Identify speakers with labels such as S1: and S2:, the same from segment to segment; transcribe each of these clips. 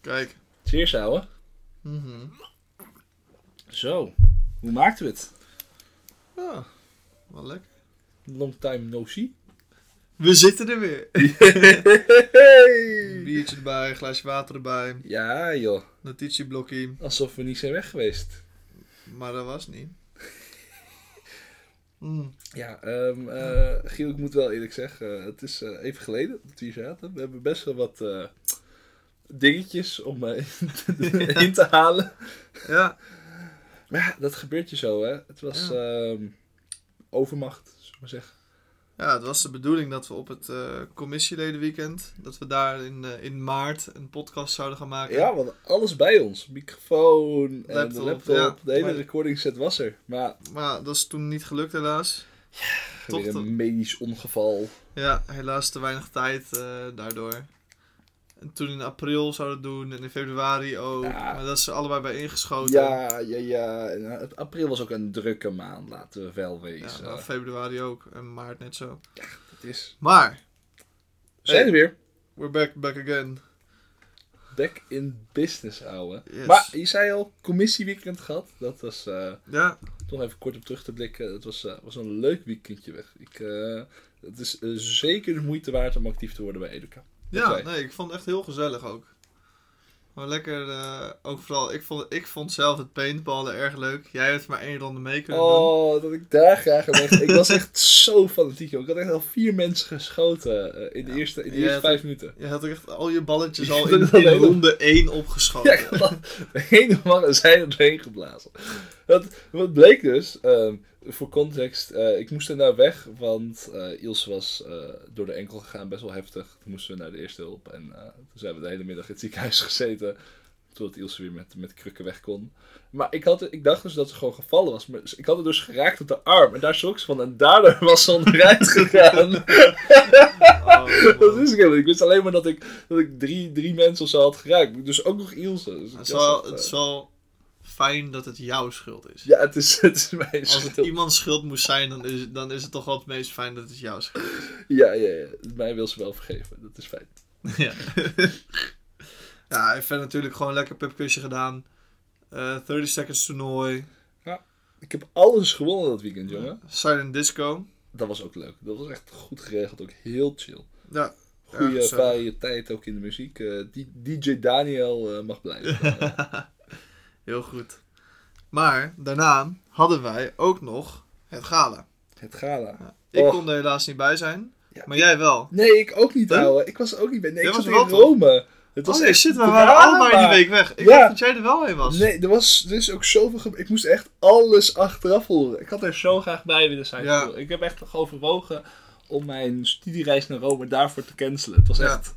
S1: Kijk.
S2: Cheers, ouwe.
S1: Mhm.
S2: Zo, hoe maakten we het?
S1: Ja, Ah, wel lekker.
S2: Long time no see.
S1: We zitten er weer. Een
S2: Hey.
S1: biertje erbij, een glaasje water erbij,
S2: Ja joh,
S1: notitieblokje.
S2: alsof we niet zijn weg geweest.
S1: Maar dat was niet. Mm.
S2: Ja, ehm, eh, Giel, ik moet wel eerlijk zeggen, eh, het is eh, even geleden dat we hier zaten. We hebben best wel wat eh, dingetjes om eh, in te halen.
S1: Ja,
S2: Maar ja, dat gebeurt je zo, hè. Het was ehm, overmacht, zullen we maar zeggen.
S1: ja, het was de bedoeling dat we op het eh, commissieledenweekend, dat we daar in, eh, in maart een podcast zouden gaan maken.
S2: Ja, want alles bij ons. Microfoon, en de
S1: Laptop,
S2: laptop,
S1: ja.
S2: de hele
S1: Maar-
S2: recording set was er. Maar
S1: Maar dat is toen niet gelukt helaas. Toch
S2: weer een
S1: dat-
S2: medisch ongeval.
S1: Ja, helaas te weinig tijd eh, daardoor. En toen in april zouden we het doen en in februari ook.
S2: Ja.
S1: Maar dat is er allebei bij ingeschoten.
S2: Ja, ja, ja. En, eh, het april was ook een drukke maand, laten we wel
S1: Ja,
S2: wezen.
S1: nou, februari ook en maart net zo.
S2: het is...
S1: Maar,
S2: We zijn er weer.
S1: we're back, back again.
S2: Back in business, ouwe.
S1: Yes.
S2: Maar je zei al, commissieweekend gehad. Dat was... eh,
S1: Ja,
S2: toch even kort op terug te blikken. Het was, eh, was een leuk weekendje weg. Ik, eh, het is eh, zeker de moeite waard om actief te worden bij Educa.
S1: ja
S2: Oké.
S1: nee, ik vond het echt heel gezellig ook. Maar lekker, eh, ook vooral, ik vond, ik vond zelf het paintballen erg leuk. Jij hebt maar één ronde mee kunnen doen.
S2: Oh, dat ik daar graag aan dacht. Ik was echt zo fanatiek. joh. Ik had echt al vier mensen geschoten eh, in de
S1: Ja.
S2: eerste, in de
S1: Ja,
S2: eerste
S1: dat-
S2: vijf minuten.
S1: Je had ook echt al je balletjes
S2: Je
S1: al
S2: hebt
S1: in,
S2: het al
S1: in
S2: helemaal-
S1: ronde één
S2: Ja,
S1: opgeschoten.
S2: ik had al- de hele mannen zijn erheen geblazen. Dat, wat bleek dus, ehm, voor context, eh, ik moest er nou weg, want eh Iels was eh, door de enkel gegaan, best wel heftig. Toen moesten we naar de eerste hulp en eh, toen zijn we de hele middag in het ziekenhuis gezeten. Totdat Iels weer met, met krukken weg kon. Maar ik, had, ik dacht dus dat ze gewoon gevallen was. Maar ik had het dus geraakt op de arm. En daar schrok ze van. En daardoor was ze onderuit gegaan.
S1: Oh,
S2: dat
S1: man.
S2: wist ik helemaal niet. Ik wist alleen maar dat ik, dat ik drie, drie mensen of zo had geraakt. Dus ook nog Ilse. Dus ik
S1: Het
S2: was
S1: is, wel,
S2: echt,
S1: het
S2: eh,
S1: is wel fijn dat het jouw schuld is.
S2: Ja, het is, het is mijn
S1: Als het
S2: schuld.
S1: iemands schuld moest zijn, dan is, het- dan is het toch wel het meest fijn dat het jouw schuld
S2: Ja, ja, ja. Mij wil ze wel vergeven. Dat is fijn.
S1: is. Ja. ja, ik vind natuurlijk gewoon lekker pubkusje gedaan. Eh 30 seconds toernooi.
S2: Ik heb alles gewonnen dat weekend, jongen.
S1: Silent disco.
S2: Dat was ook leuk. Dat was echt goed geregeld. Ook heel chill.
S1: Ja.
S2: Goede
S1: Ja, zo.
S2: variëteit ook in de muziek. Eh, die- DJ Daniel eh, mag blijven. Eh,
S1: Heel goed. Maar daarna hadden wij ook nog het gala.
S2: het gala.
S1: Ik
S2: Och.
S1: kon er helaas niet bij zijn,
S2: Ja.
S1: maar jij wel.
S2: Nee, ik ook niet,
S1: Huh?
S2: ouwe. Ik was er ook niet bij. Nee,
S1: Jij
S2: ik
S1: was
S2: zat in
S1: wel, toch?
S2: Rome. Het
S1: Oh
S2: was
S1: nee,
S2: echt
S1: shit, we waren
S2: drama.
S1: allebei die week weg. Ik
S2: Ja.
S1: dacht dat jij er wel in was.
S2: Nee, er was er is ook zoveel gebe- Ik moest echt alles achteraf horen. Ik had er zo graag bij willen zijn.
S1: Ja.
S2: Ik bedoel, Ik heb echt nog overwogen om mijn studiereis naar Rome daarvoor te cancelen. Het was
S1: Ja.
S2: echt...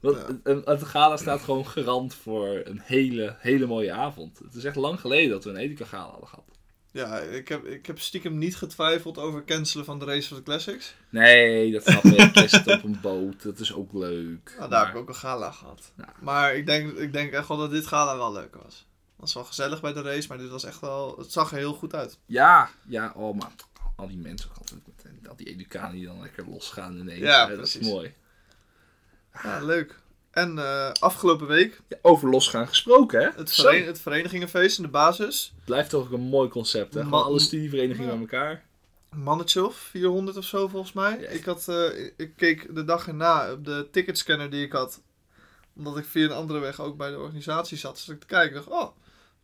S2: Want
S1: Ja.
S2: een- Het gala staat gewoon garant voor een hele, hele mooie avond. Het is echt lang geleden dat we een Edeka gala hadden gehad.
S1: Ja, ik heb, ik heb stiekem niet getwijfeld over cancelen van de race van de classics.
S2: Nee, dat snap ik. Jij zit op een boot. Dat is ook leuk.
S1: Nou, daar
S2: Maar-
S1: heb ik ook een gala gehad.
S2: Ja.
S1: Maar ik denk, ik denk echt wel dat dit gala wel leuk was. Het was wel gezellig bij de race, maar dit was echt wel... Het zag er heel goed uit.
S2: Ja, ja, oh maar al die mensen ook altijd met al die educatie die dan lekker losgaan ineens.
S1: Ja,
S2: Hè, dat is
S1: precies.
S2: mooi.
S1: Ja, leuk. En eh, afgelopen week
S2: Ja, over losgaan gesproken, hè?
S1: het,
S2: Zo,
S1: veren- het verenigingenfeest in de basis.
S2: blijft toch ook een mooi concept, hè? Gewoon
S1: Man-
S2: alle studieverenigingen bij elkaar.
S1: Mannetje of 400 of zo volgens mij.
S2: Ja.
S1: Ik, had, eh, ik keek de dag erna op de ticketscanner die ik had. Omdat ik via een andere weg ook bij de organisatie zat. Dus ik te kijken dacht, oh,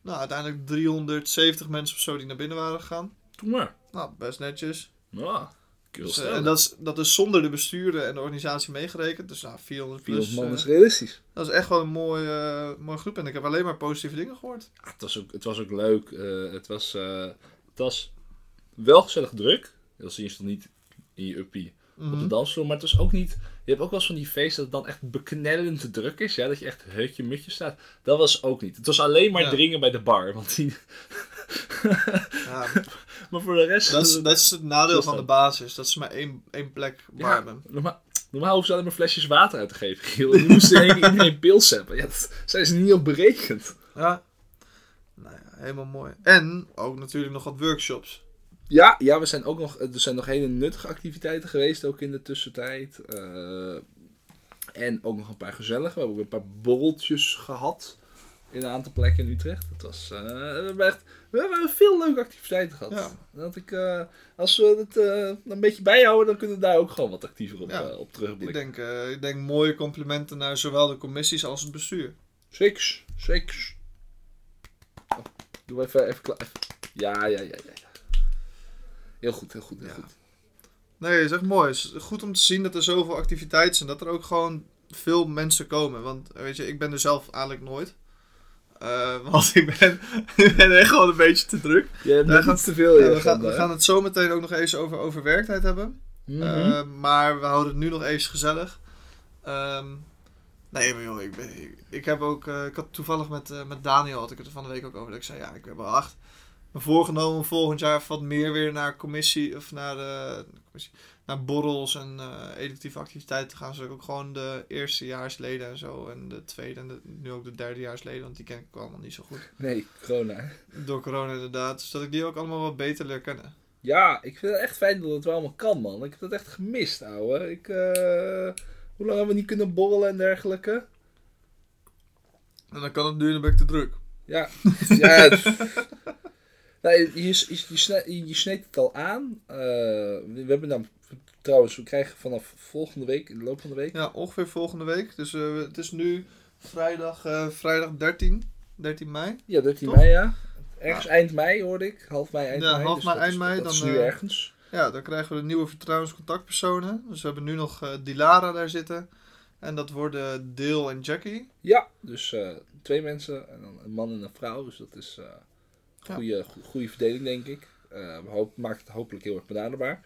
S1: nou uiteindelijk 370 mensen of zo die naar binnen waren gegaan.
S2: Doe maar.
S1: Nou, best netjes.
S2: Ja, kun je
S1: Dus,
S2: wel
S1: eh,
S2: stellen.
S1: en dat is, dat is zonder de besturen en de organisatie meegerekend. Dus nou, 400 plus.
S2: 400 man
S1: eh,
S2: is realistisch.
S1: dat is echt wel een mooie, eh, mooie groep. En ik heb alleen maar positieve dingen gehoord.
S2: Ja, Ah, het, was ook, het was ook leuk. Eh, het, was, eh, het was wel gezellig druk. Dat zie je toch niet in je uppie op de
S1: Mhm.
S2: dansvloer. Maar het was ook niet... Je hebt ook wel eens van die feesten dat het dan echt beknellend druk is. Ja? Dat je echt hutje mutje staat. Dat was ook niet. Het was alleen maar
S1: Ja.
S2: dringen bij de bar. Want die,
S1: Ja,
S2: Maar voor de rest...
S1: dat, is, dat is het nadeel van de basis. Dat ze maar één, één plek
S2: Ja,
S1: waar hebben.
S2: normaal, normaal hoeven ze alleen maar flesjes water uit te geven, Giel. En Nu moesten ze in één keer iedereen pils hebben. Ja, dat zijn ze niet op berekend.
S1: Ja. Nou ja, helemaal mooi. En ook natuurlijk nog wat workshops.
S2: Ja, ja we zijn ook nog, er zijn nog hele nuttige activiteiten geweest, ook in de tussentijd. Eh, En ook nog een paar gezellige. We hebben ook een paar borreltjes gehad. In een aantal plekken in Utrecht. Het was, eh, we, hebben echt, we hebben veel leuke activiteiten gehad.
S1: Ja.
S2: Dat ik, eh, als we het eh, een beetje bijhouden, dan kunnen we daar ook gewoon wat actiever op,
S1: Ja.
S2: eh, op
S1: Ik
S2: terugblikken.
S1: denk, eh, ik denk mooie complimenten naar zowel de commissies als het bestuur.
S2: Seks, seks. Oh, doe even, even klaar. even- Ja, ja, ja, ja. ja. Heel goed, heel goed, heel
S1: Ja.
S2: goed.
S1: Nee, is echt mooi. Het is goed om te zien dat er zoveel activiteiten zijn. Dat er ook gewoon veel mensen komen. Want eh, weet je, ik ben er zelf eigenlijk nooit. Eh, want ik ben, ik ben echt gewoon een beetje te druk.
S2: Je hebt
S1: We
S2: net
S1: gaan-
S2: iets te veel in
S1: Eh,
S2: je
S1: we, gaan,
S2: agenda,
S1: we
S2: Oh, hè?
S1: gaan het zo meteen ook nog eens over overwerktijd hebben.
S2: Mhm.
S1: Eh, maar we houden het nu nog even gezellig. Ehm, nee, maar joh, ik, ben, ik, ik heb ook... eh, ik had toevallig met, eh, met Daniel, had ik het er van de week ook over. Dat ik zei, ja, ik heb al acht. Me voorgenomen om volgend jaar wat meer weer naar commissie... Of naar, de, commissie, naar borrels en eh, educatieve activiteiten te gaan. Zodat ik ook gewoon de eerstejaarsleden en zo. En de tweede en de- nu ook de derdejaarsleden. Want die ken ik allemaal niet zo goed.
S2: Nee, corona.
S1: Door corona inderdaad. Zodat ik die ook allemaal wat beter leer kennen.
S2: Ja, ik vind het echt fijn dat het wel allemaal kan, man. Ik heb dat echt gemist, ouwe. Ik, eh, Hoe lang hebben we niet kunnen borrelen en dergelijke?
S1: En dan kan het nu, dan ben ik te druk.
S2: Ja. ja. het- Nee, je, s- je, je, snij- je- je sneed het al aan. Eh, we, we hebben dan... Trouwens, we krijgen vanaf volgende week, in de loop van de week...
S1: Ja, ongeveer volgende week. Dus eh, het is nu vrijdag, eh, vrijdag 13, 13 mei.
S2: Ja, 13
S1: Toch?
S2: mei, ja. Ergens eind mei hoorde ik. Half mei, eind
S1: Ja,
S2: mei.
S1: half
S2: dus
S1: mei,
S2: dat is-
S1: eind mei,
S2: Dat is
S1: dan,
S2: nu
S1: eh,
S2: ergens.
S1: Ja, dan krijgen we de nieuwe vertrouwenscontactpersonen. Dus we hebben nu nog eh, Dilara daar zitten. En dat worden Deel en Jackie.
S2: Ja, dus eh, twee mensen. En dan een man en een vrouw. Dus dat is eh
S1: Ja.
S2: goede, go- goede verdeling, denk ik. Eh, hoop, maakt het hopelijk heel erg benaderbaar.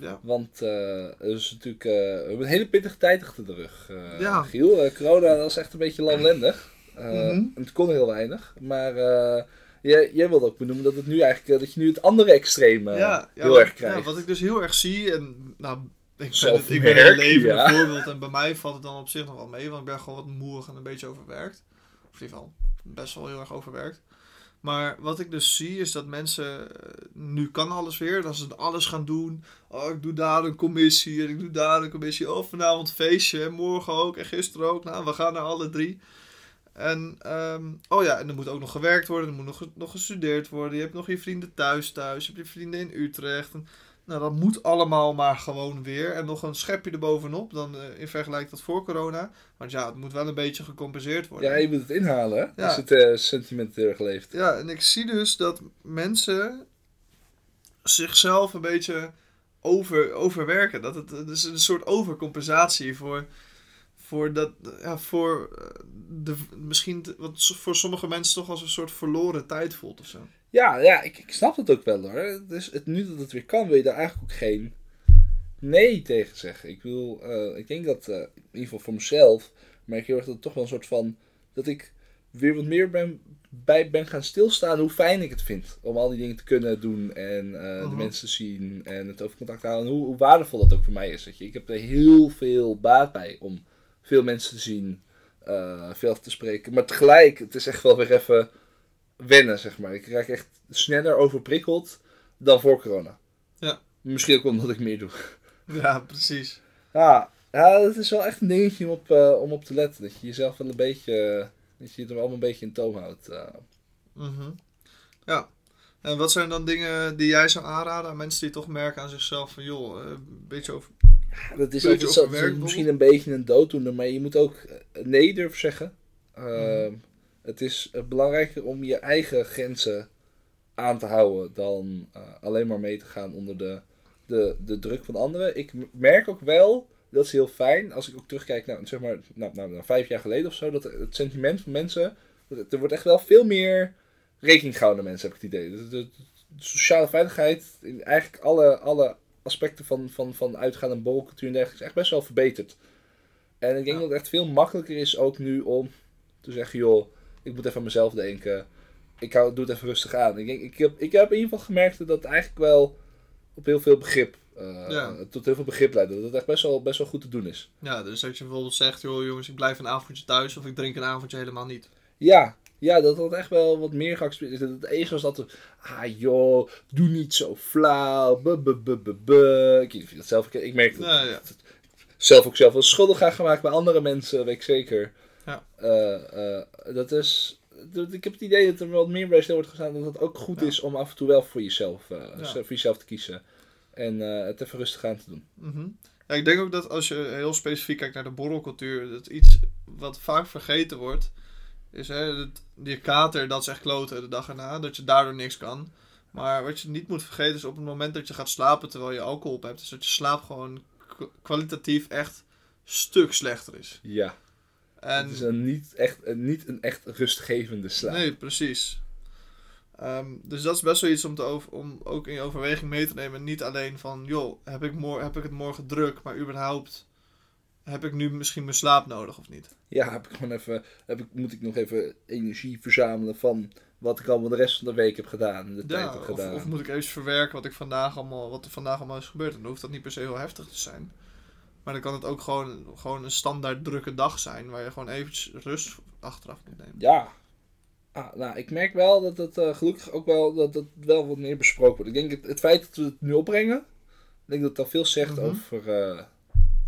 S1: Ja.
S2: Want eh, er is natuurlijk, eh, we hebben een hele pittige tijd achter de rug. eh,
S1: Ja.
S2: Giel, Eh, corona dat was echt een beetje lamlendig. Eh,
S1: Mhm.
S2: Het kon heel weinig. Maar eh, jij, jij wilde ook benoemen dat, het nu eigenlijk, eh, dat je nu het andere extreem eh,
S1: ja,
S2: heel
S1: wat,
S2: erg krijgt.
S1: ja, wat ik dus heel erg zie. En nou, ik ben,
S2: Zelf
S1: het, ik ben een
S2: merk,
S1: levende
S2: ja.
S1: voorbeeld. En bij mij valt het dan op zich nog wel mee. Want ik ben gewoon wat moerig en een beetje overwerkt. Of in ieder geval best wel heel erg overwerkt. Maar wat ik dus zie is dat mensen, eh, nu kan alles weer, dat ze alles gaan doen. Oh, ik doe daar een commissie en ik doe daar een commissie. Oh, vanavond feestje en morgen ook en gisteren ook. Nou, we gaan naar alle drie. En, ehm, oh ja, en er moet ook nog gewerkt worden, er moet nog, nog gestudeerd worden. Je hebt nog je vrienden thuis thuis, je hebt je vrienden in Utrecht. En, nou, dat moet allemaal maar gewoon weer. En nog een schepje erbovenop, dan eh, in vergelijking tot voor corona. Want ja, het moet wel een beetje gecompenseerd worden.
S2: Ja, je moet het inhalen, hè?
S1: Ja.
S2: Als het eh, sentiment heel erg leeft.
S1: Ja, en ik zie dus dat mensen zichzelf een beetje over, overwerken. Dat het eh, dus een soort overcompensatie voor, voor, dat, ja, voor eh, de, misschien te- wat s- voor sommige mensen toch als een soort verloren tijd voelt of zo.
S2: Ja, ja ik, ik snap het ook wel hoor. Dus het, nu dat het weer kan, wil je daar eigenlijk ook geen nee tegen zeggen. Ik bedoel, eh, ik denk dat, eh, in ieder geval voor mezelf, merk ik heel erg dat het toch wel een soort van, dat ik weer wat meer ben, bij ben gaan stilstaan hoe fijn ik het vind. Om al die dingen te kunnen doen en eh,
S1: Mhm.
S2: de mensen te zien en het over contact te houden. En hoe, hoe waardevol dat ook voor mij is. Weet je. Ik heb er heel veel baat bij om veel mensen te zien, eh, veel af te spreken. Maar tegelijk, het is echt wel weer even wennen, zeg maar. Ik raak echt sneller overprikkeld dan voor corona.
S1: Ja.
S2: Misschien ook omdat ik meer doe.
S1: Ja, precies.
S2: Ja, ja dat is wel echt een dingetje om op, eh, om op te letten. Dat je jezelf wel een beetje, eh, dat je het er allemaal een beetje in toom houdt. eh.
S1: Mhm. Ja. En wat zijn dan dingen die jij zou aanraden aan mensen die toch merken aan zichzelf van joh, eh, een beetje over...
S2: dat is
S1: Beetje
S2: altijd zo,
S1: overwerkt,
S2: misschien een beetje een dooddoener, maar je moet ook eh, nee durven zeggen. Ehm, Het is eh, belangrijker om je eigen grenzen aan te houden dan eh, alleen maar mee te gaan onder de, de, de druk van anderen. Ik m- merk ook wel, dat is heel fijn, als ik ook terugkijk naar zeg maar, nou, nou, nou, vijf jaar geleden of zo, dat het sentiment van mensen, dat het- er wordt echt wel veel meer rekening gehouden aan mensen, heb ik het idee. De, de- de sociale veiligheid, in eigenlijk alle, alle, aspecten van, van, van uitgaan en borrelcultuur en dergelijke is echt best wel verbeterd. En ik denk
S1: Ja.
S2: dat het echt veel makkelijker is ook nu om te zeggen, joh, ik moet even aan mezelf denken. Ik hou, doe het even rustig aan. Ik, denk, ik, heb, ik heb in ieder geval gemerkt dat dat eigenlijk wel op heel veel begrip, eh,
S1: Ja.
S2: tot heel veel begrip leidt. Dat het echt best wel, best wel goed te doen is.
S1: Ja, dus dat je bijvoorbeeld zegt joh jongens, ik blijf een avondje thuis of ik drink een avondje helemaal niet.
S2: Ja, ja dat had echt wel wat meer geaccepteerd. is. Het ego is altijd, ah joh, doe niet zo flauw, bu, bu, bu, bu, bu. Ik, weet niet of je dat zelf, herkent. ik merk dat
S1: Nou ja.
S2: dat- zelf ook zelf wel schuldig aan gemaakt bij andere mensen, weet ik zeker.
S1: Ja.
S2: Eh, eh, dat is... dat- Ik heb het idee dat er wat meer bij stil wordt gestaan. Dat het ook goed
S1: Ja.
S2: is om af en toe wel voor jezelf, eh,
S1: Ja.
S2: voor jezelf te kiezen. En eh, het even rustig aan te doen.
S1: Mhm. Ja, ik denk ook dat als je heel specifiek kijkt naar de borrelcultuur, dat iets wat vaak vergeten wordt, is hè, dat, die kater, dat is echt kloten de dag erna, dat je daardoor niks kan. Maar wat je niet moet vergeten is op het moment dat je gaat slapen terwijl je alcohol op hebt, is dat je slaap gewoon k- kwalitatief echt stuk slechter is.
S2: Ja.
S1: En,
S2: Het is eh, een niet, echt, een, niet een echt rustgevende slaap.
S1: nee, precies. Ehm, dus dat is best wel iets om, te over, om ook in je overweging mee te nemen. Niet alleen van, joh, heb ik, mor- heb ik het morgen druk, maar überhaupt heb ik nu misschien mijn slaap nodig of niet?
S2: Ja, heb ik gewoon even, heb ik, moet ik nog even energie verzamelen van wat ik allemaal de rest van de week heb gedaan. en De tijd
S1: Ja,
S2: heb
S1: of,
S2: gedaan.
S1: of moet ik even verwerken wat, ik vandaag allemaal, wat er vandaag allemaal is gebeurd? En dan hoeft dat niet per se heel heftig te zijn. Maar dan kan het ook gewoon, gewoon een standaard drukke dag zijn, waar je gewoon eventjes rust achteraf moet nemen.
S2: Ja. Ah, nou, ik merk wel dat het eh, gelukkig ook wel, dat het wel wat meer besproken wordt. Ik denk het, het feit dat we het nu opbrengen, ik denk dat dat veel zegt
S1: Mhm.
S2: over, eh,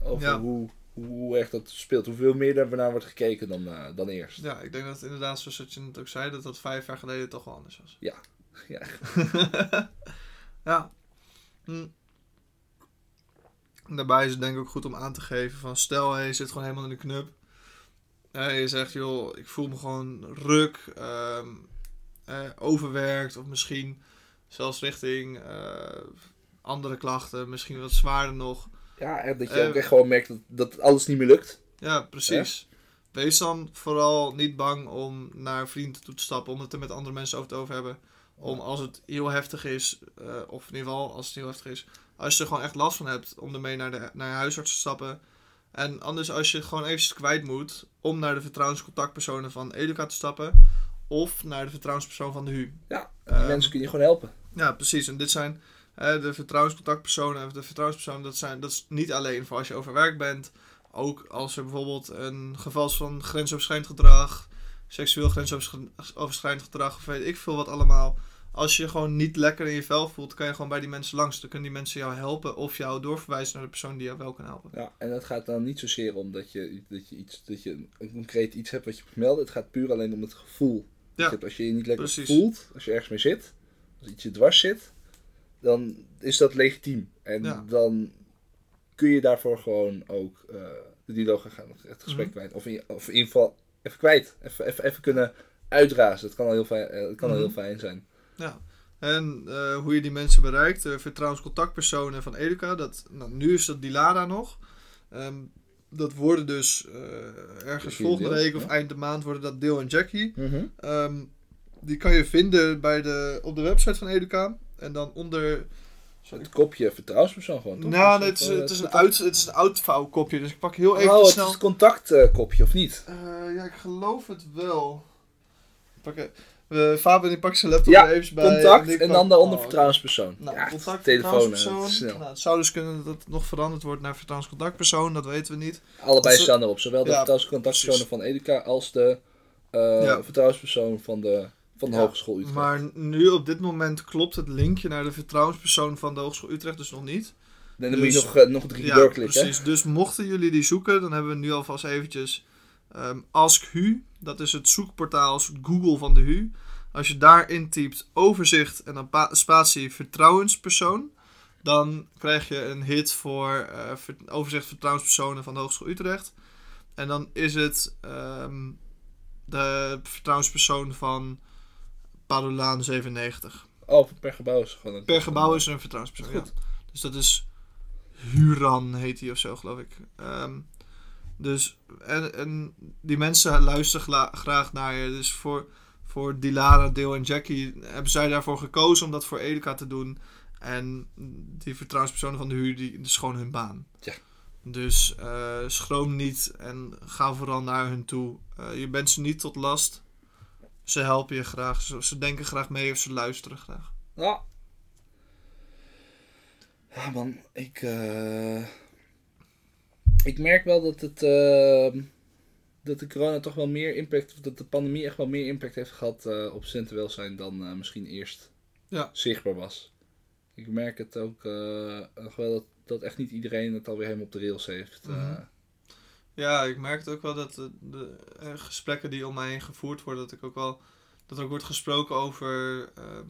S2: over
S1: Ja.
S2: hoe, hoe, hoe echt dat speelt. Hoeveel meer er naar wordt gekeken dan, eh, dan eerst.
S1: Ja, ik denk dat het inderdaad, zoals dat je het ook zei, dat dat vijf jaar geleden toch wel anders was.
S2: Ja. Ja.
S1: ja. Hm. Daarbij is het denk ik ook goed om aan te geven van stel, hey, je zit gewoon helemaal in de knup. Eh, je zegt, joh, ik voel me gewoon ruk, ehm, eh, overwerkt of misschien zelfs richting eh, andere klachten, misschien wat zwaarder nog.
S2: Ja, echt, dat je
S1: Eh,
S2: ook echt gewoon merkt dat, dat alles niet meer lukt.
S1: Ja, precies. Wees dan vooral niet bang om naar vrienden toe te stappen, om het er met andere mensen over te over hebben. Om als het heel heftig is, eh, of in ieder geval als het heel heftig is, als je er gewoon echt last van hebt, om ermee naar, de, naar je huisarts te stappen. En anders als je het gewoon eventjes kwijt moet, om naar de vertrouwenscontactpersonen van Educa te stappen. Of naar de vertrouwenspersoon van de HU.
S2: Ja, die
S1: Ehm,
S2: mensen kunnen je gewoon helpen.
S1: ja, precies. En dit zijn eh, de vertrouwenscontactpersonen. De vertrouwenspersonen, dat, zijn, dat is niet alleen voor als je overwerkt bent. Ook als er bijvoorbeeld een geval is van grensoverschrijdend gedrag, seksueel grensoverschrijdend gedrag, of weet ik veel wat allemaal. Als je je gewoon niet lekker in je vel voelt, kan je gewoon bij die mensen langs. Dan kunnen die mensen jou helpen of jou doorverwijzen naar de persoon die jou wel kan helpen.
S2: Ja, en het gaat dan niet zozeer om dat je, dat je, iets, dat je een concreet iets hebt wat je moet melden. Het gaat puur alleen om het gevoel. dat je
S1: Ja,
S2: hebt. als je je niet lekker
S1: precies.
S2: voelt, als je ergens mee zit, als iets je dwars zit, dan is dat legitiem. En
S1: Ja.
S2: dan kun je daarvoor gewoon ook eh, de dialoog gaan, gaan, het gesprek
S1: Mhm.
S2: kwijt. Of in, of in ieder geval even kwijt. Even, even, even kunnen uitrazen. Dat kan al heel fijn, eh, dat kan al
S1: Mhm.
S2: heel fijn zijn.
S1: En eh, hoe je die mensen bereikt. Eh, De vertrouwenscontactpersonen van Educa. Dat, nou, nu is dat Dilada nog. Ehm, dat worden dus eh, ergens
S2: Jackie
S1: volgende
S2: en Dil,
S1: week of
S2: ja.
S1: eind de maand worden dat Deel en Jackie. Ehm, die kan je vinden bij de, op de website van Educa. En dan onder...
S2: Zo het kopje vertrouwenspersoon gewoon, Oh, toch?
S1: nou,
S2: Een
S1: het is,
S2: soort, eh,
S1: het is een uit, het is een uitvouwkopje. Dus ik pak heel even
S2: Oh, het is
S1: snel...
S2: het contactkopje, of niet?
S1: Eh, ja, ik geloof het wel. Ik Pak, eh, Fabian die pakt zijn laptop
S2: Ja,
S1: er even bij.
S2: Contact
S1: ik
S2: en
S1: pak-
S2: dan daaronder
S1: oh,
S2: vertrouwenspersoon.
S1: Nou,
S2: ja,
S1: contact,
S2: telefoon, eh,
S1: vertrouwenspersoon.
S2: snel.
S1: Nou, het zou dus kunnen dat het nog veranderd wordt naar vertrouwenscontactpersoon, dat weten we niet.
S2: Allebei
S1: Zo-
S2: staan erop. Zowel de
S1: Ja,
S2: vertrouwenscontactpersonen van Educa als de eh,
S1: Ja.
S2: vertrouwenspersoon van de, van de
S1: Ja,
S2: Hogeschool Utrecht.
S1: Maar nu op dit moment klopt het linkje naar de vertrouwenspersoon van de Hogeschool Utrecht dus nog niet.
S2: en dan moet je
S1: dus-
S2: nog, eh, nog drie doorklikken.
S1: precies. Dus mochten jullie die zoeken, dan hebben we nu alvast eventjes ehm AskHu. Dat is het zoekportaal, een soort Google van de HU. Als je daar intypt overzicht en dan pa- spatie vertrouwenspersoon, dan krijg je een hit voor eh, ver- overzicht vertrouwenspersonen van de Hogeschool Utrecht. En dan is het ehm, de vertrouwenspersoon van Parolaan 97.
S2: Oh, per gebouw is gewoon een...
S1: Per gebouw is er een vertrouwenspersoon.
S2: Goed.
S1: Ja. Dus dat is Huran heet die of zo, geloof ik. Ehm, dus en, en die mensen luisteren gla- graag naar je. Dus voor, voor Dilara, Deel en Jackie hebben zij daarvoor gekozen om dat voor Educa te doen. En die vertrouwenspersonen van de huur, die dat is gewoon hun baan.
S2: Ja.
S1: Dus eh, schroom niet en ga vooral naar hun toe. Eh, je bent ze niet tot last. Ze helpen je graag. Ze, ze denken graag mee of ze luisteren graag.
S2: Ja. Ja, man. Ik, eh, ik merk wel dat het... eh, dat de corona toch wel meer impact... of Dat de pandemie echt wel meer impact heeft gehad eh, op studentenwelzijn dan eh, misschien eerst
S1: Ja.
S2: zichtbaar was. Ik merk het ook eh, nog wel dat, dat echt niet iedereen het alweer helemaal op de rails heeft. eh.
S1: Mhm. Ja, ik merk het ook wel dat de, de, eh, gesprekken die om mij heen gevoerd worden, dat ik ook wel dat er ook wordt gesproken over ehm,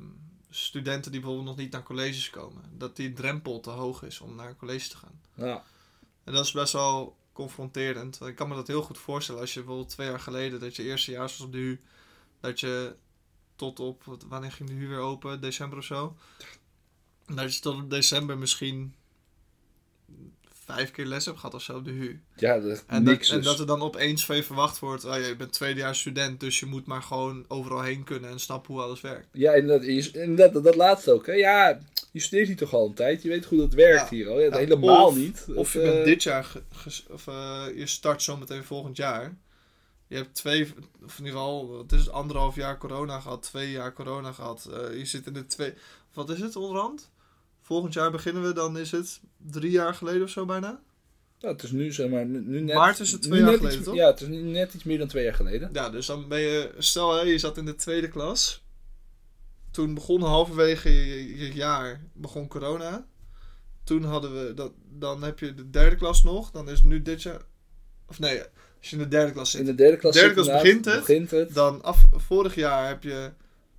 S1: studenten die bijvoorbeeld nog niet naar colleges komen. Dat die drempel te hoog is om naar een college te gaan.
S2: nou,
S1: En dat is best wel confronterend. want Ik kan me dat heel goed voorstellen als je bijvoorbeeld twee jaar geleden, dat je eerstejaars was op de HU, dat je tot op, wat- wanneer ging de HU weer open? December of zo? Dat je tot op december misschien vijf keer les hebt gehad of zo op de HU.
S2: ja, dat is
S1: En,
S2: niks.
S1: dat, en
S2: dus.
S1: dat er dan opeens van je verwacht wordt, oh ja, je bent tweedejaars student, dus je moet maar gewoon overal heen kunnen en snappen hoe alles werkt.
S2: Ja, inderdaad, je- inderdaad, dat, dat laatste ook. Hè. Ja, je studeert hier toch al een tijd. Je weet goed dat het werkt
S1: Ja.
S2: hier. Oh, ja,
S1: Ja,
S2: helemaal
S1: of-
S2: niet.
S1: Of je
S2: Het, eh,
S1: bent dit jaar, ge- ges- of eh, je start zometeen volgend jaar. Je hebt twee, of in ieder geval, het is anderhalf jaar corona gehad, twee jaar corona gehad. Eh, je zit in de twee, wat is het onderhand? Volgend jaar beginnen we, dan is het drie jaar geleden of zo bijna.
S2: nou, het is nu, zeg maar, nu, nu net...
S1: Maart is het twee
S2: nu
S1: jaar
S2: net
S1: geleden,
S2: iets-
S1: toch?
S2: Ja, het is nu net iets meer dan twee jaar geleden.
S1: Ja, dus dan ben je, stel hè, je zat in de tweede klas. Toen begon halverwege je, je jaar, begon corona. Toen hadden we, dat, dan heb je de derde klas nog. Dan is nu dit jaar, of nee, als je in de derde klas
S2: Dus In
S1: zit.
S2: de derde klas,
S1: Derde
S2: zit
S1: klas
S2: inderdaad-
S1: begint het.
S2: Begint het.
S1: Dan af, vorig jaar heb je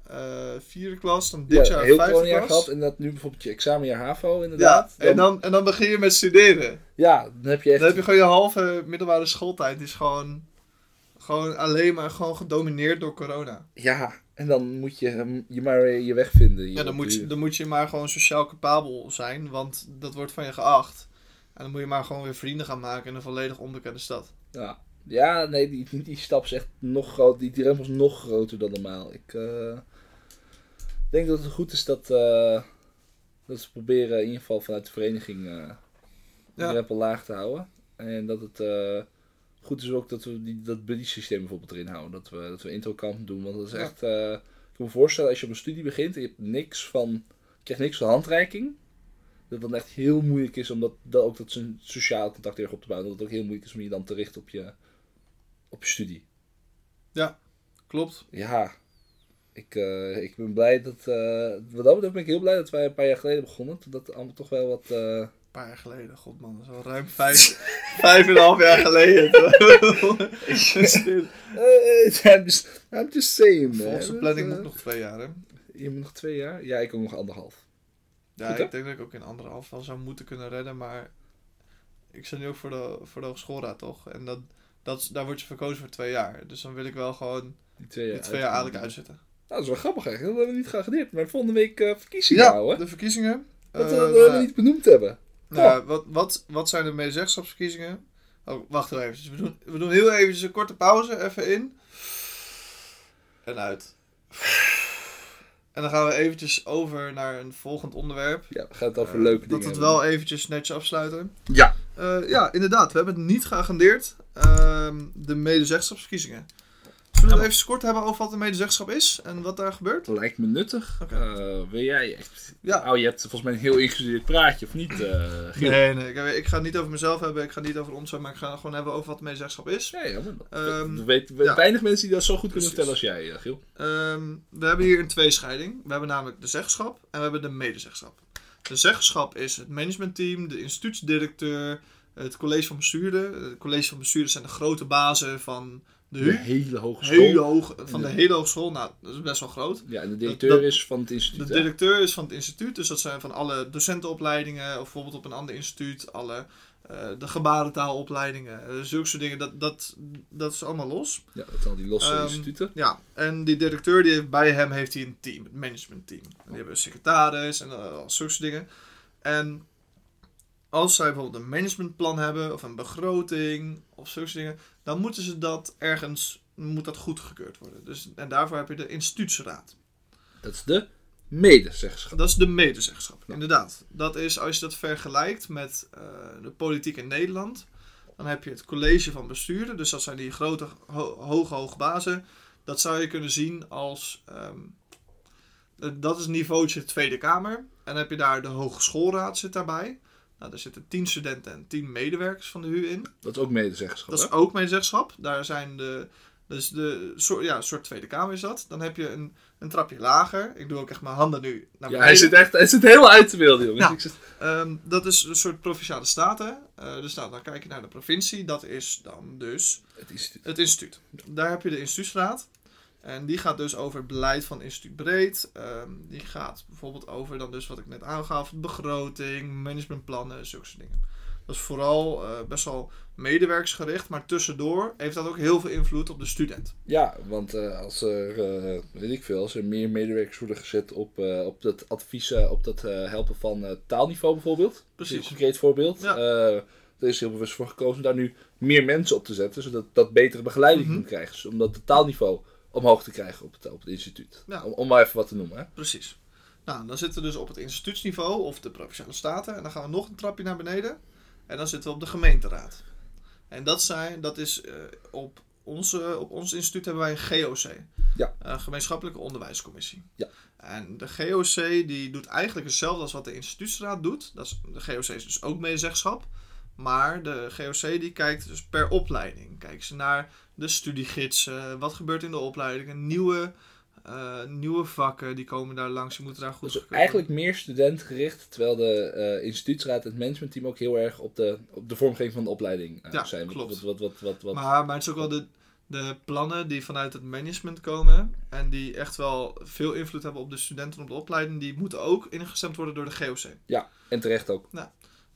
S1: eh, vierde klas, dan dit
S2: ja,
S1: jaar
S2: heel
S1: vijfde
S2: coronajaar
S1: klas.
S2: gehad. En dat nu bijvoorbeeld je examenjaar HAVO,
S1: ja,
S2: inderdaad.
S1: en dan, en dan begin je met studeren.
S2: ja, dan heb je echt...
S1: Dan heb je gewoon je halve middelbare schooltijd. Die is gewoon, gewoon alleen maar gewoon gedomineerd door corona.
S2: Ja, en dan moet je hem- je maar weer je weg vinden. hier
S1: Ja, dan
S2: op
S1: moet,
S2: de
S1: je,
S2: huur.
S1: dan moet je maar gewoon sociaal capabel zijn, want dat wordt van je geacht. En dan moet je maar gewoon weer vrienden gaan maken in een volledig onbekende stad.
S2: Ja. Ja, nee, die, die stap is echt nog groot. Die drempel is nog groter dan normaal. Ik eh, denk dat het goed is dat, eh, dat ze proberen in ieder geval vanuit de vereniging eh de
S1: Ja.
S2: drempel laag te houden. En dat het eh, goed is ook dat we die, dat buddy-systeem bijvoorbeeld erin houden. Dat we, dat we introkampen doen. Want dat is
S1: Ja.
S2: echt... eh, ik kan me voorstellen, als je op een studie begint en je hebt niks van... Je krijgt niks van handreiking. Dat het dan echt heel moeilijk is om dat, dat ook dat zo'n sociaal contact heel erg op te bouwen. Dat het ook heel moeilijk is om je dan te richten op je, op je studie.
S1: Klopt.
S2: Ja, ik, eh, ik ben blij dat... eh, wat dat betreft ben ik heel blij dat wij een paar jaar geleden begonnen. Toen dat allemaal toch wel wat... eh,
S1: Een paar jaar geleden, god man, dat is al ruim vijf, vijf en een half jaar geleden.
S2: eh, I'm, just, I'm just saying, man.
S1: Volgens de planning
S2: Eh,
S1: moet nog twee jaar, hè?
S2: Je moet nog twee jaar? Ja, ik ook nog anderhalf.
S1: Ja,
S2: Goed, hè?
S1: ik denk dat ik ook in anderhalf wel zou moeten kunnen redden, maar ik zit nu ook voor de, voor de hogeschoolraad, toch? En dat, dat, is- daar word je verkozen voor twee jaar. Dus dan wil ik wel gewoon
S2: Die twee jaar,
S1: die twee jaar eigenlijk uitzitten.
S2: Nou, dat is wel grappig eigenlijk. Dat hebben we niet graag geleerd. Maar volgende week eh, verkiezingen
S1: Ja,
S2: houden.
S1: de verkiezingen.
S2: Dat,
S1: Eh,
S2: eh, dat
S1: nou,
S2: we niet benoemd hebben.
S1: Nou, wat, wat, wat zijn de medezeggenschapsverkiezingen? Oh, wacht wel even. We doen, we doen heel even een korte pauze. Even in. En uit. En dan gaan we eventjes over naar een volgend onderwerp.
S2: Ja, we gaan het over
S1: Eh,
S2: leuke
S1: Dat
S2: dingen
S1: we het
S2: hebben.
S1: wel eventjes netjes afsluiten.
S2: Ja.
S1: Eh, ja, inderdaad. We hebben het niet geagendeerd. Ehm, de medezeggenschapsverkiezingen. Zullen we het even kort hebben over wat een medezeggenschap is en wat daar gebeurt?
S2: Lijkt me nuttig.
S1: Oké.
S2: Eh, wil jij echt...
S1: Ja.
S2: Oh, je hebt volgens mij een heel ingestudeerd praatje, of niet, eh Giel?
S1: Nee, nee. Ik, ik ga het niet over mezelf hebben, ik ga het niet over ons hebben, maar ik ga het gewoon hebben over wat de medezeggenschap is.
S2: Ja, ja, maar dat-
S1: Ehm,
S2: er weet, weet
S1: ja.
S2: weinig mensen die dat zo goed kunnen
S1: Precies.
S2: vertellen als jij, eh, Giel.
S1: Ehm, we hebben hier een tweescheiding. We hebben namelijk de zeggenschap en we hebben de medezeggenschap. De zeggenschap is het managementteam, de instituutsdirecteur, het college van bestuurder. Het college van bestuurders zijn de grote bazen van de
S2: De
S1: HU.
S2: hele hogeschool.
S1: Hele hoog, van de
S2: Ja.
S1: hele hogeschool. Nou, dat is best wel groot.
S2: Ja, en de directeur
S1: Dat- dat-
S2: is van het instituut.
S1: De
S2: hè?
S1: directeur is van het instituut, dus dat zijn van alle docentenopleidingen, of bijvoorbeeld op een ander instituut, alle eh, de gebarentaalopleidingen, eh, zulke soort dingen. Dat, dat, dat is allemaal los.
S2: Ja, met al die losse
S1: Ehm,
S2: instituten.
S1: Ja, en die directeur die heeft, bij hem heeft hij een team, het managementteam. En die hebben een secretaris en eh, al zulke soort dingen. En als zij bijvoorbeeld een managementplan hebben of een begroting of zulke soort dingen, dan moeten ze dat ergens, moet dat goedgekeurd worden. Dus, en daarvoor heb je de instituutsraad.
S2: Dat is de medezeggenschap.
S1: Dat is de medezeggenschap,
S2: Ja.
S1: inderdaad. Dat is, als je dat vergelijkt met eh, de politiek in Nederland, dan heb je het college van bestuurder, dus dat zijn die grote, ho hoge, hoge bazen. Dat zou je kunnen zien als, ehm, eh, dat is niveautje Tweede Kamer. En dan heb je daar de hogeschoolraad zit daarbij. Nou, daar zitten tien studenten en tien medewerkers van de HU in.
S2: Dat is ook medezeggenschap,
S1: Dat
S2: hè?
S1: is ook medezeggenschap. Daar zijn de, Dus de soort, ja, soort Tweede Kamer is dat. Dan heb je een, een trapje lager. Ik doe ook echt mijn handen nu naar
S2: Ja,
S1: beneden.
S2: hij zit echt hij zit helemaal uit te beelden, jongens.
S1: Ja.
S2: Ik zit-
S1: Ehm, dat is een soort provinciale staten. Eh, dus nou, dan kijk je naar de provincie. Dat is dan dus
S2: het is,
S1: het instituut. Daar heb je de instituutsraad. En die gaat dus over het beleid van instituut breed. Ehm, die gaat bijvoorbeeld over dan dus wat ik net aangaf. Begroting, managementplannen, zulke soort dingen. Dat is vooral eh, best wel medewerksgericht. Maar tussendoor heeft dat ook heel veel invloed op de student.
S2: ja, want eh, als er, eh, weet ik veel, als er meer medewerkers worden gezet op, eh, op dat advies, eh, op dat eh, helpen van eh, taalniveau bijvoorbeeld.
S1: Precies.
S2: Een concreet voorbeeld.
S1: Ja.
S2: Eh, er is heel bewust voor gekozen om daar nu meer mensen op te zetten, zodat dat betere begeleiding
S1: Mhm.
S2: kan krijgen. Dus om dat taalniveau omhoog te krijgen op het, op het instituut.
S1: Ja.
S2: Om, om maar even wat te noemen. Hè?
S1: Precies. Nou, dan zitten we dus op het instituutsniveau of de provinciale staten. En dan gaan we nog een trapje naar beneden. En dan zitten we op de gemeenteraad. En dat, zijn, dat is eh, op, onze, op ons instituut hebben wij een GOC.
S2: Ja.
S1: Een gemeenschappelijke onderwijscommissie.
S2: Ja.
S1: En de GOC die doet eigenlijk hetzelfde als wat de instituutsraad doet. Dat is, de GOC is dus ook medezeggenschap. Maar de GOC die kijkt dus per opleiding. Kijken ze naar de studiegidsen, wat gebeurt in de opleidingen, nieuwe, eh, nieuwe vakken die komen daar langs. Je moet daar goed
S2: Dus eigenlijk meer studentgericht, terwijl de eh, instituutsraad en het managementteam ook heel erg op de, op de vormgeving van de opleiding eh,
S1: Ja,
S2: zijn. Wat-
S1: klopt.
S2: Wat, wat, wat, wat, wat-
S1: Maar, maar het is ook wel de, de plannen die vanuit het management komen. En die echt wel veel invloed hebben op de studenten en op de opleiding. Die moeten ook ingestemd worden door de GOC.
S2: En terecht ook.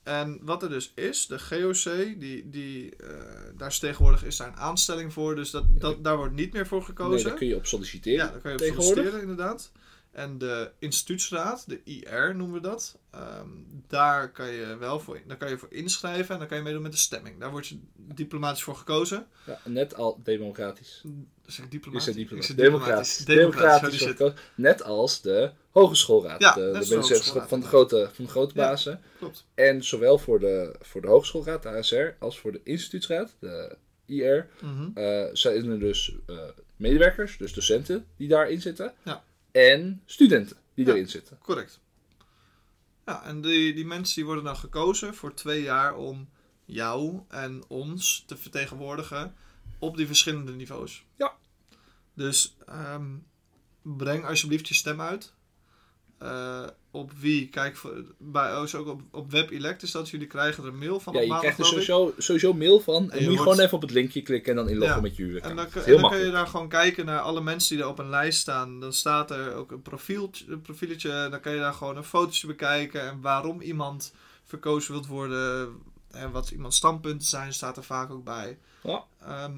S1: En wat er dus is, de GOC, die, die, eh, daar is tegenwoordig is daar een aanstelling voor. Dus dat, dat, daar wordt niet meer voor
S2: Nee,
S1: gekozen.
S2: daar kun je op solliciteren.
S1: ja, daar kan je op
S2: tegenwoordig.
S1: solliciteren inderdaad. En de instituutsraad, de IR noemen we dat. ehm, daar kan je wel voor, daar kan je voor inschrijven en dan kan je meedoen met de stemming. Daar word je diplomatisch voor gekozen.
S2: Ja, net al democratisch.
S1: Zeg ik diplomatisch?
S2: Is het
S1: Ik zeg
S2: diplomatisch? Democratisch.
S1: Democratisch.
S2: Democratisch.
S1: sorry, shit.
S2: wordt gekozen. Net als de hogeschoolraad.
S1: Ja,
S2: de
S1: net
S2: de
S1: als de
S2: medezeggenschap van de
S1: hogeschoolraad,
S2: grote, van de grote
S1: Ja.
S2: bazen.
S1: Klopt.
S2: En zowel voor de, voor de hogeschoolraad, de HSR, als voor de instituutsraad, de IR,
S1: Mhm.
S2: eh, zijn er dus eh, medewerkers, dus docenten, die daarin zitten.
S1: Ja.
S2: En studenten die
S1: Ja.
S2: erin zitten.
S1: Correct. Ja, en die, die mensen die worden dan gekozen voor twee jaar om jou en ons te vertegenwoordigen op die verschillende niveaus.
S2: Ja.
S1: Dus ehm, breng alsjeblieft je stem uit. Eh, op wie? Kijk, voor- bij ons ook op, op WebElect is dat. Jullie krijgen er een mail van
S2: Ja,
S1: op
S2: je
S1: maandag,
S2: krijgt dus er
S1: geloof ik.
S2: sowieso, sowieso mail van.
S1: En
S2: En,
S1: je
S2: moet je
S1: wordt-
S2: gewoon even op het linkje klikken en dan inloggen
S1: Ja.
S2: met je huurwerk.
S1: En dan, kun- en
S2: Heel
S1: dan kun je
S2: makkelijk.
S1: daar gewoon kijken naar alle mensen die er op een lijst staan. Dan staat er ook een, profieltje, een profieltje. en Dan kan je daar gewoon een fotootje bekijken. En waarom iemand verkozen wilt worden. En wat iemands standpunten zijn, staat er vaak ook bij.
S2: Ja.
S1: Ehm,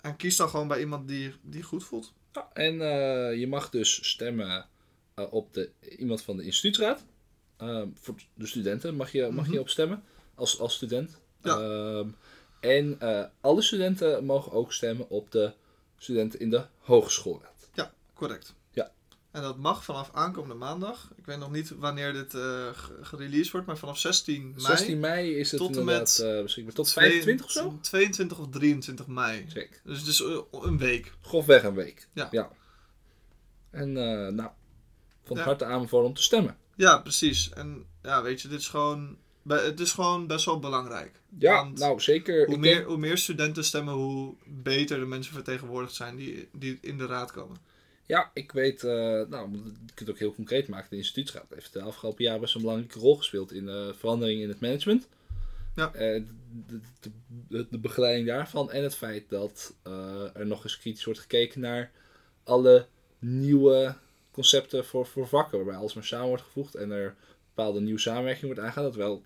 S1: en kies dan gewoon bij iemand die, die goed voelt.
S2: Ja, Ah, en eh, je mag dus stemmen eh, op de, iemand van de instituutraad. Ehm, voor de studenten mag je, mag
S1: Mhm.
S2: je op stemmen als, als student.
S1: Ja.
S2: Ehm, en eh, alle studenten mogen ook stemmen op de studenten in de hogeschoolraad.
S1: Correct.
S2: Ja.
S1: En dat mag vanaf aankomende maandag. Ik weet nog niet wanneer dit eh, ge- gereleased wordt, maar vanaf 16 mei.
S2: 16 mei is het
S1: tot en
S2: inderdaad
S1: met
S2: eh, beschikbaar. Tot 25 of zo?
S1: 22 of 23 mei.
S2: Zeker.
S1: Dus het is eh, een week.
S2: Grofweg een week.
S1: Ja.
S2: En eh, nou, van
S1: Ja.
S2: harte aanbevolen om te stemmen.
S1: Ja, precies. En ja, weet je, dit is gewoon, be- het is gewoon best wel belangrijk.
S2: Ja,
S1: Want
S2: nou zeker.
S1: hoe
S2: Ik
S1: meer,
S2: denk-
S1: hoe meer studenten stemmen, hoe beter de mensen vertegenwoordigd zijn die, die in de raad komen.
S2: Ja, ik weet, eh, nou, je kunt het ook heel concreet maken. De instituutsraad heeft de afgelopen jaren best een belangrijke rol gespeeld in eh verandering in het management.
S1: Ja.
S2: Eh, de, de, de, de begeleiding daarvan en het feit dat eh, er nog eens kritisch wordt gekeken naar alle nieuwe concepten voor, voor vakken, waarbij alles maar samen wordt gevoegd en er bepaalde nieuwe samenwerking wordt aangegaan, dat wel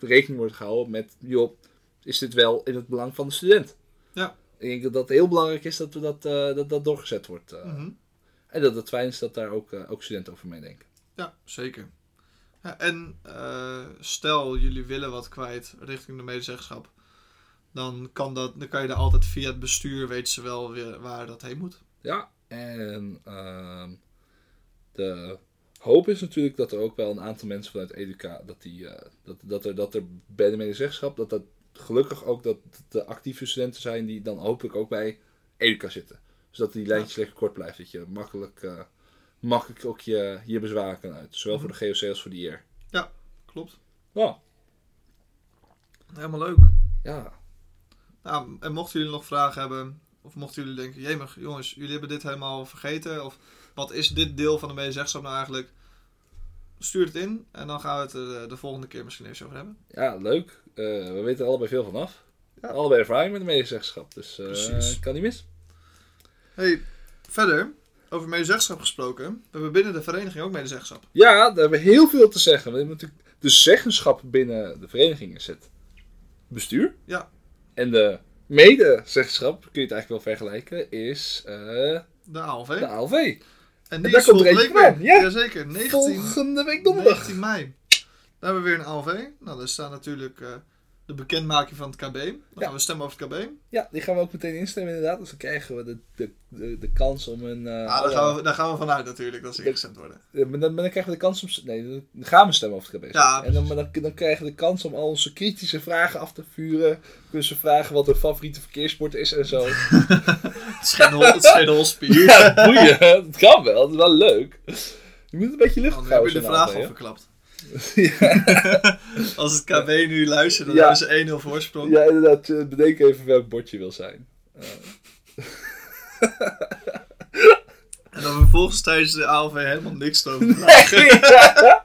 S2: rekening wordt gehouden met, joh, is dit wel in het belang van de student?
S1: Ja.
S2: Ik denk dat dat heel belangrijk is dat we dat, eh, dat, dat doorgezet wordt. eh,
S1: Mhm.
S2: en dat het fijn is dat daar ook, eh, ook studenten over meedenken.
S1: Ja, zeker. Ja, en eh, stel jullie willen wat kwijt richting de medezeggenschap, dan kan, dat, dan kan je daar altijd via het bestuur weten ze wel weer waar dat heen moet.
S2: Ja, en ehm, de hoop is natuurlijk dat er ook wel een aantal mensen vanuit Educa, dat, die, eh, dat, dat, er, dat er bij de medezeggenschap, dat dat gelukkig ook dat de actieve studenten zijn die dan hopelijk ook bij Educa zitten. Zodat die lijntjes lekker kort blijven, dat je makkelijk, eh, makkelijk ook je, je bezwaren kan uit. Zowel voor de GOC als voor de IR.
S1: Klopt.
S2: Nou,
S1: Helemaal leuk.
S2: ja.
S1: Nou, en mochten jullie nog vragen hebben, Of mochten jullie denken, jemig, jongens, jullie hebben dit helemaal vergeten. Of wat is dit deel van de medezeggenschap nou eigenlijk? Stuur het in en dan gaan we het er eh, de volgende keer misschien eens over hebben.
S2: Ja, leuk. Eh, we weten er allebei veel van af.
S1: Ja.
S2: Allebei ervaring met de medezeggenschap. Dus eh,
S1: Precies.
S2: kan niet mis.
S1: Hey, verder, over medezeggenschap gesproken. We hebben binnen de vereniging ook medezeggenschap.
S2: Ja, daar hebben we heel veel te zeggen. We hebben natuurlijk de zeggenschap binnen de vereniging is het bestuur.
S1: Ja.
S2: En de medezeggenschap, kun je het eigenlijk wel vergelijken, is eh,
S1: De ALV.
S2: de ALV.
S1: En
S2: daar komt er eentje
S1: week
S2: van,
S1: weer.
S2: ja.
S1: Jazeker, 19,
S2: Volgende week donderdag.
S1: 19 mei. Daar hebben we weer een ALV. Nou, daar staat natuurlijk eh, de bekendmaking van het KB. Dan
S2: Ja.
S1: gaan we stemmen over het KB.
S2: Ja, die gaan we ook meteen instemmen inderdaad. Dus dan krijgen we de, de, de, de kans om een... eh,
S1: Ah, daar, gaan we, daar gaan we vanuit natuurlijk, dat ze ingestemd worden.
S2: Ja, maar dan, maar dan krijgen we de kans om... Nee, dan gaan we stemmen over het KB.
S1: Ja,
S2: en dan, maar dan, dan krijgen we de kans om al onze kritische vragen af te vuren. Kunnen ze vragen wat hun favoriete verkeerssport is en zo.
S1: Het schijnt hol- het schijnt holspier.
S2: Ja, boeien. Het kan wel. Het is wel leuk. Je moet een beetje lucht
S1: Dan heb
S2: houden,
S1: je de
S2: zo'n
S1: vraag
S2: avond,
S1: al
S2: hè?
S1: verklapt.
S2: ja,
S1: Als het KB nu luistert, dan
S2: Ja.
S1: hebben ze 1-0 voorsprong.
S2: ja, inderdaad. eh, Bedenk even welk bord je wil zijn.
S1: En dan vervolgens tijdens de ALV helemaal niks over.
S2: Eh,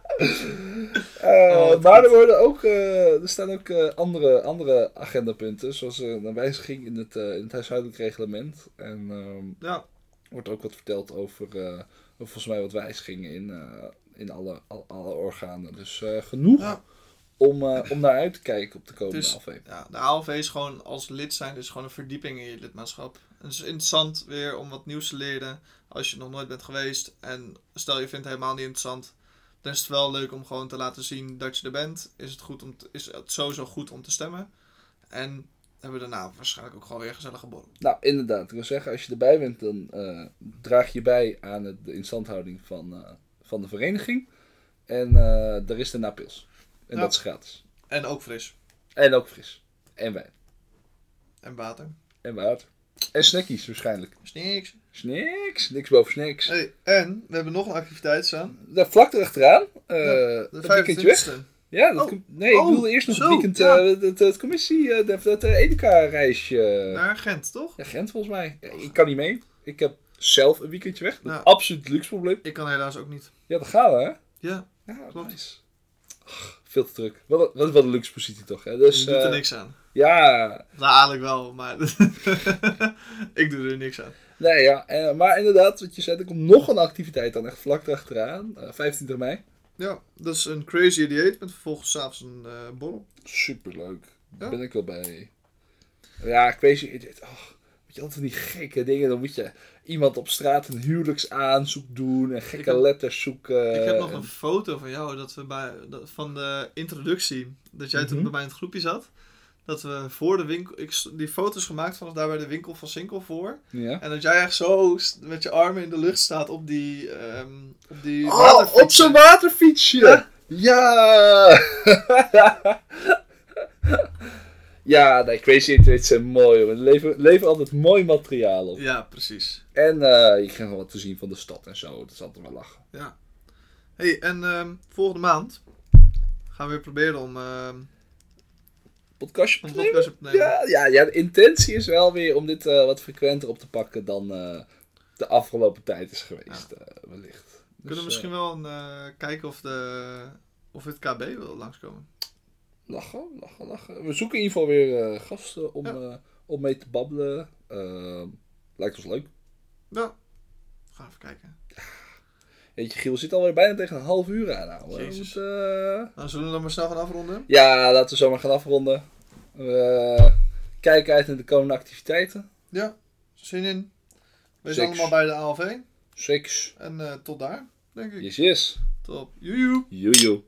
S1: Oh, wat
S2: maar
S1: goed.
S2: er, worden ook, eh, er staan ook eh, andere, andere agendapunten. Zoals eh, een wijziging in het, eh, in het huishoudelijk reglement. En ehm,
S1: Ja,
S2: wordt ook wat verteld over, eh, volgens mij, wat wijzigingen in, eh, in alle, al- alle organen. Dus eh, genoeg
S1: Ja.
S2: om, eh, om naar uit te kijken op de komende
S1: Dus-
S2: AV.
S1: ja, de ALV is gewoon als lid zijn, dus gewoon een verdieping in je lidmaatschap. En het is interessant weer om wat nieuws te leren als je nog nooit bent geweest. En stel je vindt het helemaal niet interessant, dan is het wel leuk om gewoon te laten zien dat je er bent. Is het, goed om te- is het sowieso goed om te stemmen. En hebben we daarna waarschijnlijk ook gewoon weer gezellig geboren.
S2: Nou, inderdaad. Ik wil zeggen, als je erbij bent, dan eh, draag je bij aan het, de instandhouding van, eh, van de vereniging. En eh daar is de napils. En
S1: Ja.
S2: dat is gratis.
S1: En ook fris.
S2: En ook fris. En wijn.
S1: En water.
S2: En water. En snackies waarschijnlijk.
S1: Is niks.
S2: Snacks. Niks boven snacks.
S1: Hey, en we hebben nog een activiteit staan.
S2: Daar vlak erachteraan. eh
S1: De
S2: dat weekendje weg.
S1: 25e.
S2: Ja, dat
S1: Oh.
S2: com- nee, ik
S1: Oh,
S2: bedoelde eerst nog
S1: zo,
S2: het weekend,
S1: ja.
S2: eh, dat- dat- het commissie, eh, dat, dat eh, Educa-reisje.
S1: Naar Gent, toch?
S2: Ja, Gent volgens mij. Ja, ik kan niet mee. Ik heb zelf een weekendje weg. Dat is
S1: Ja.
S2: Absoluut luxe probleem.
S1: Ik kan helaas ook niet.
S2: Ja, dat gaan we, hè?
S1: Ja,
S2: Ja,
S1: Klopt.
S2: nice. Ach, veel te druk. Wat een, wat, een- wat een luxe positie toch, hè? Dus,
S1: je doet er
S2: eh,
S1: niks aan.
S2: ja,
S1: Nou, eigenlijk wel, maar ik doe er niks aan.
S2: nee, ja. eh, maar inderdaad, wat je zei, er komt nog een activiteit dan echt vlak erachteraan. eh 25 mei.
S1: Ja, dat is een crazy dieet met vervolgens s'avonds een eh borrel.
S2: Superleuk.
S1: Ja.
S2: Daar ben ik wel bij. Ja, crazy. Ik weet- Oh, weet je, altijd van die gekke dingen. Dan moet je iemand op straat een huwelijksaanzoek doen en
S1: Ik
S2: gekke
S1: heb-
S2: letters zoeken.
S1: ik heb nog een
S2: En-
S1: foto van jou dat we bij, dat- van de introductie, dat jij toen
S2: Mhm.
S1: bij mij in het groepje zat. Dat we voor de winkel, ik s- die foto's gemaakt vanaf daar bij de winkel van Sinkel voor.
S2: Ja.
S1: En dat jij echt zo s- met je armen in de lucht staat op die, ehm op die
S2: Oh,
S1: waterfiets.
S2: op zo'n waterfietsje! Ja!
S1: Ja.
S2: Ja, nee, Crazy Internet zijn mooi, hoor. Leven, leven altijd mooi materiaal op.
S1: Ja, precies.
S2: En eh, je krijgt nog wat te zien van de stad en zo. Dat is altijd wel lachen.
S1: hey, en ehm, volgende maand gaan we weer proberen om ehm
S2: Podcastje
S1: een
S2: opnemen?
S1: podcast op te nemen.
S2: Ja, ja, ja, de intentie is wel weer om dit eh, wat frequenter op te pakken dan eh, de afgelopen tijd is geweest, eh, wellicht.
S1: Kunnen we misschien wel een, eh, kijken of, de, of het KB wil langskomen?
S2: lachen, lachen, lachen. We zoeken in ieder geval weer eh, gasten om,
S1: Ja.
S2: eh, om mee te babbelen. Ehm, lijkt ons leuk.
S1: Ja. We gaan even kijken.
S2: Weet je, Giel zit alweer bijna tegen een half uur aan. Nou, we
S1: Jezus.
S2: moeten, eh,
S1: Nou, zullen we dan maar snel gaan afronden?
S2: Ja, laten we zomaar gaan afronden. We eh, kijken uit naar de komende activiteiten.
S1: Ja. Zin in. Wees
S2: Seks.
S1: allemaal bij de ALV.
S2: Seks.
S1: En eh, tot daar, denk ik.
S2: Yes, yes.
S1: Top. Joejoe.
S2: Joejoe.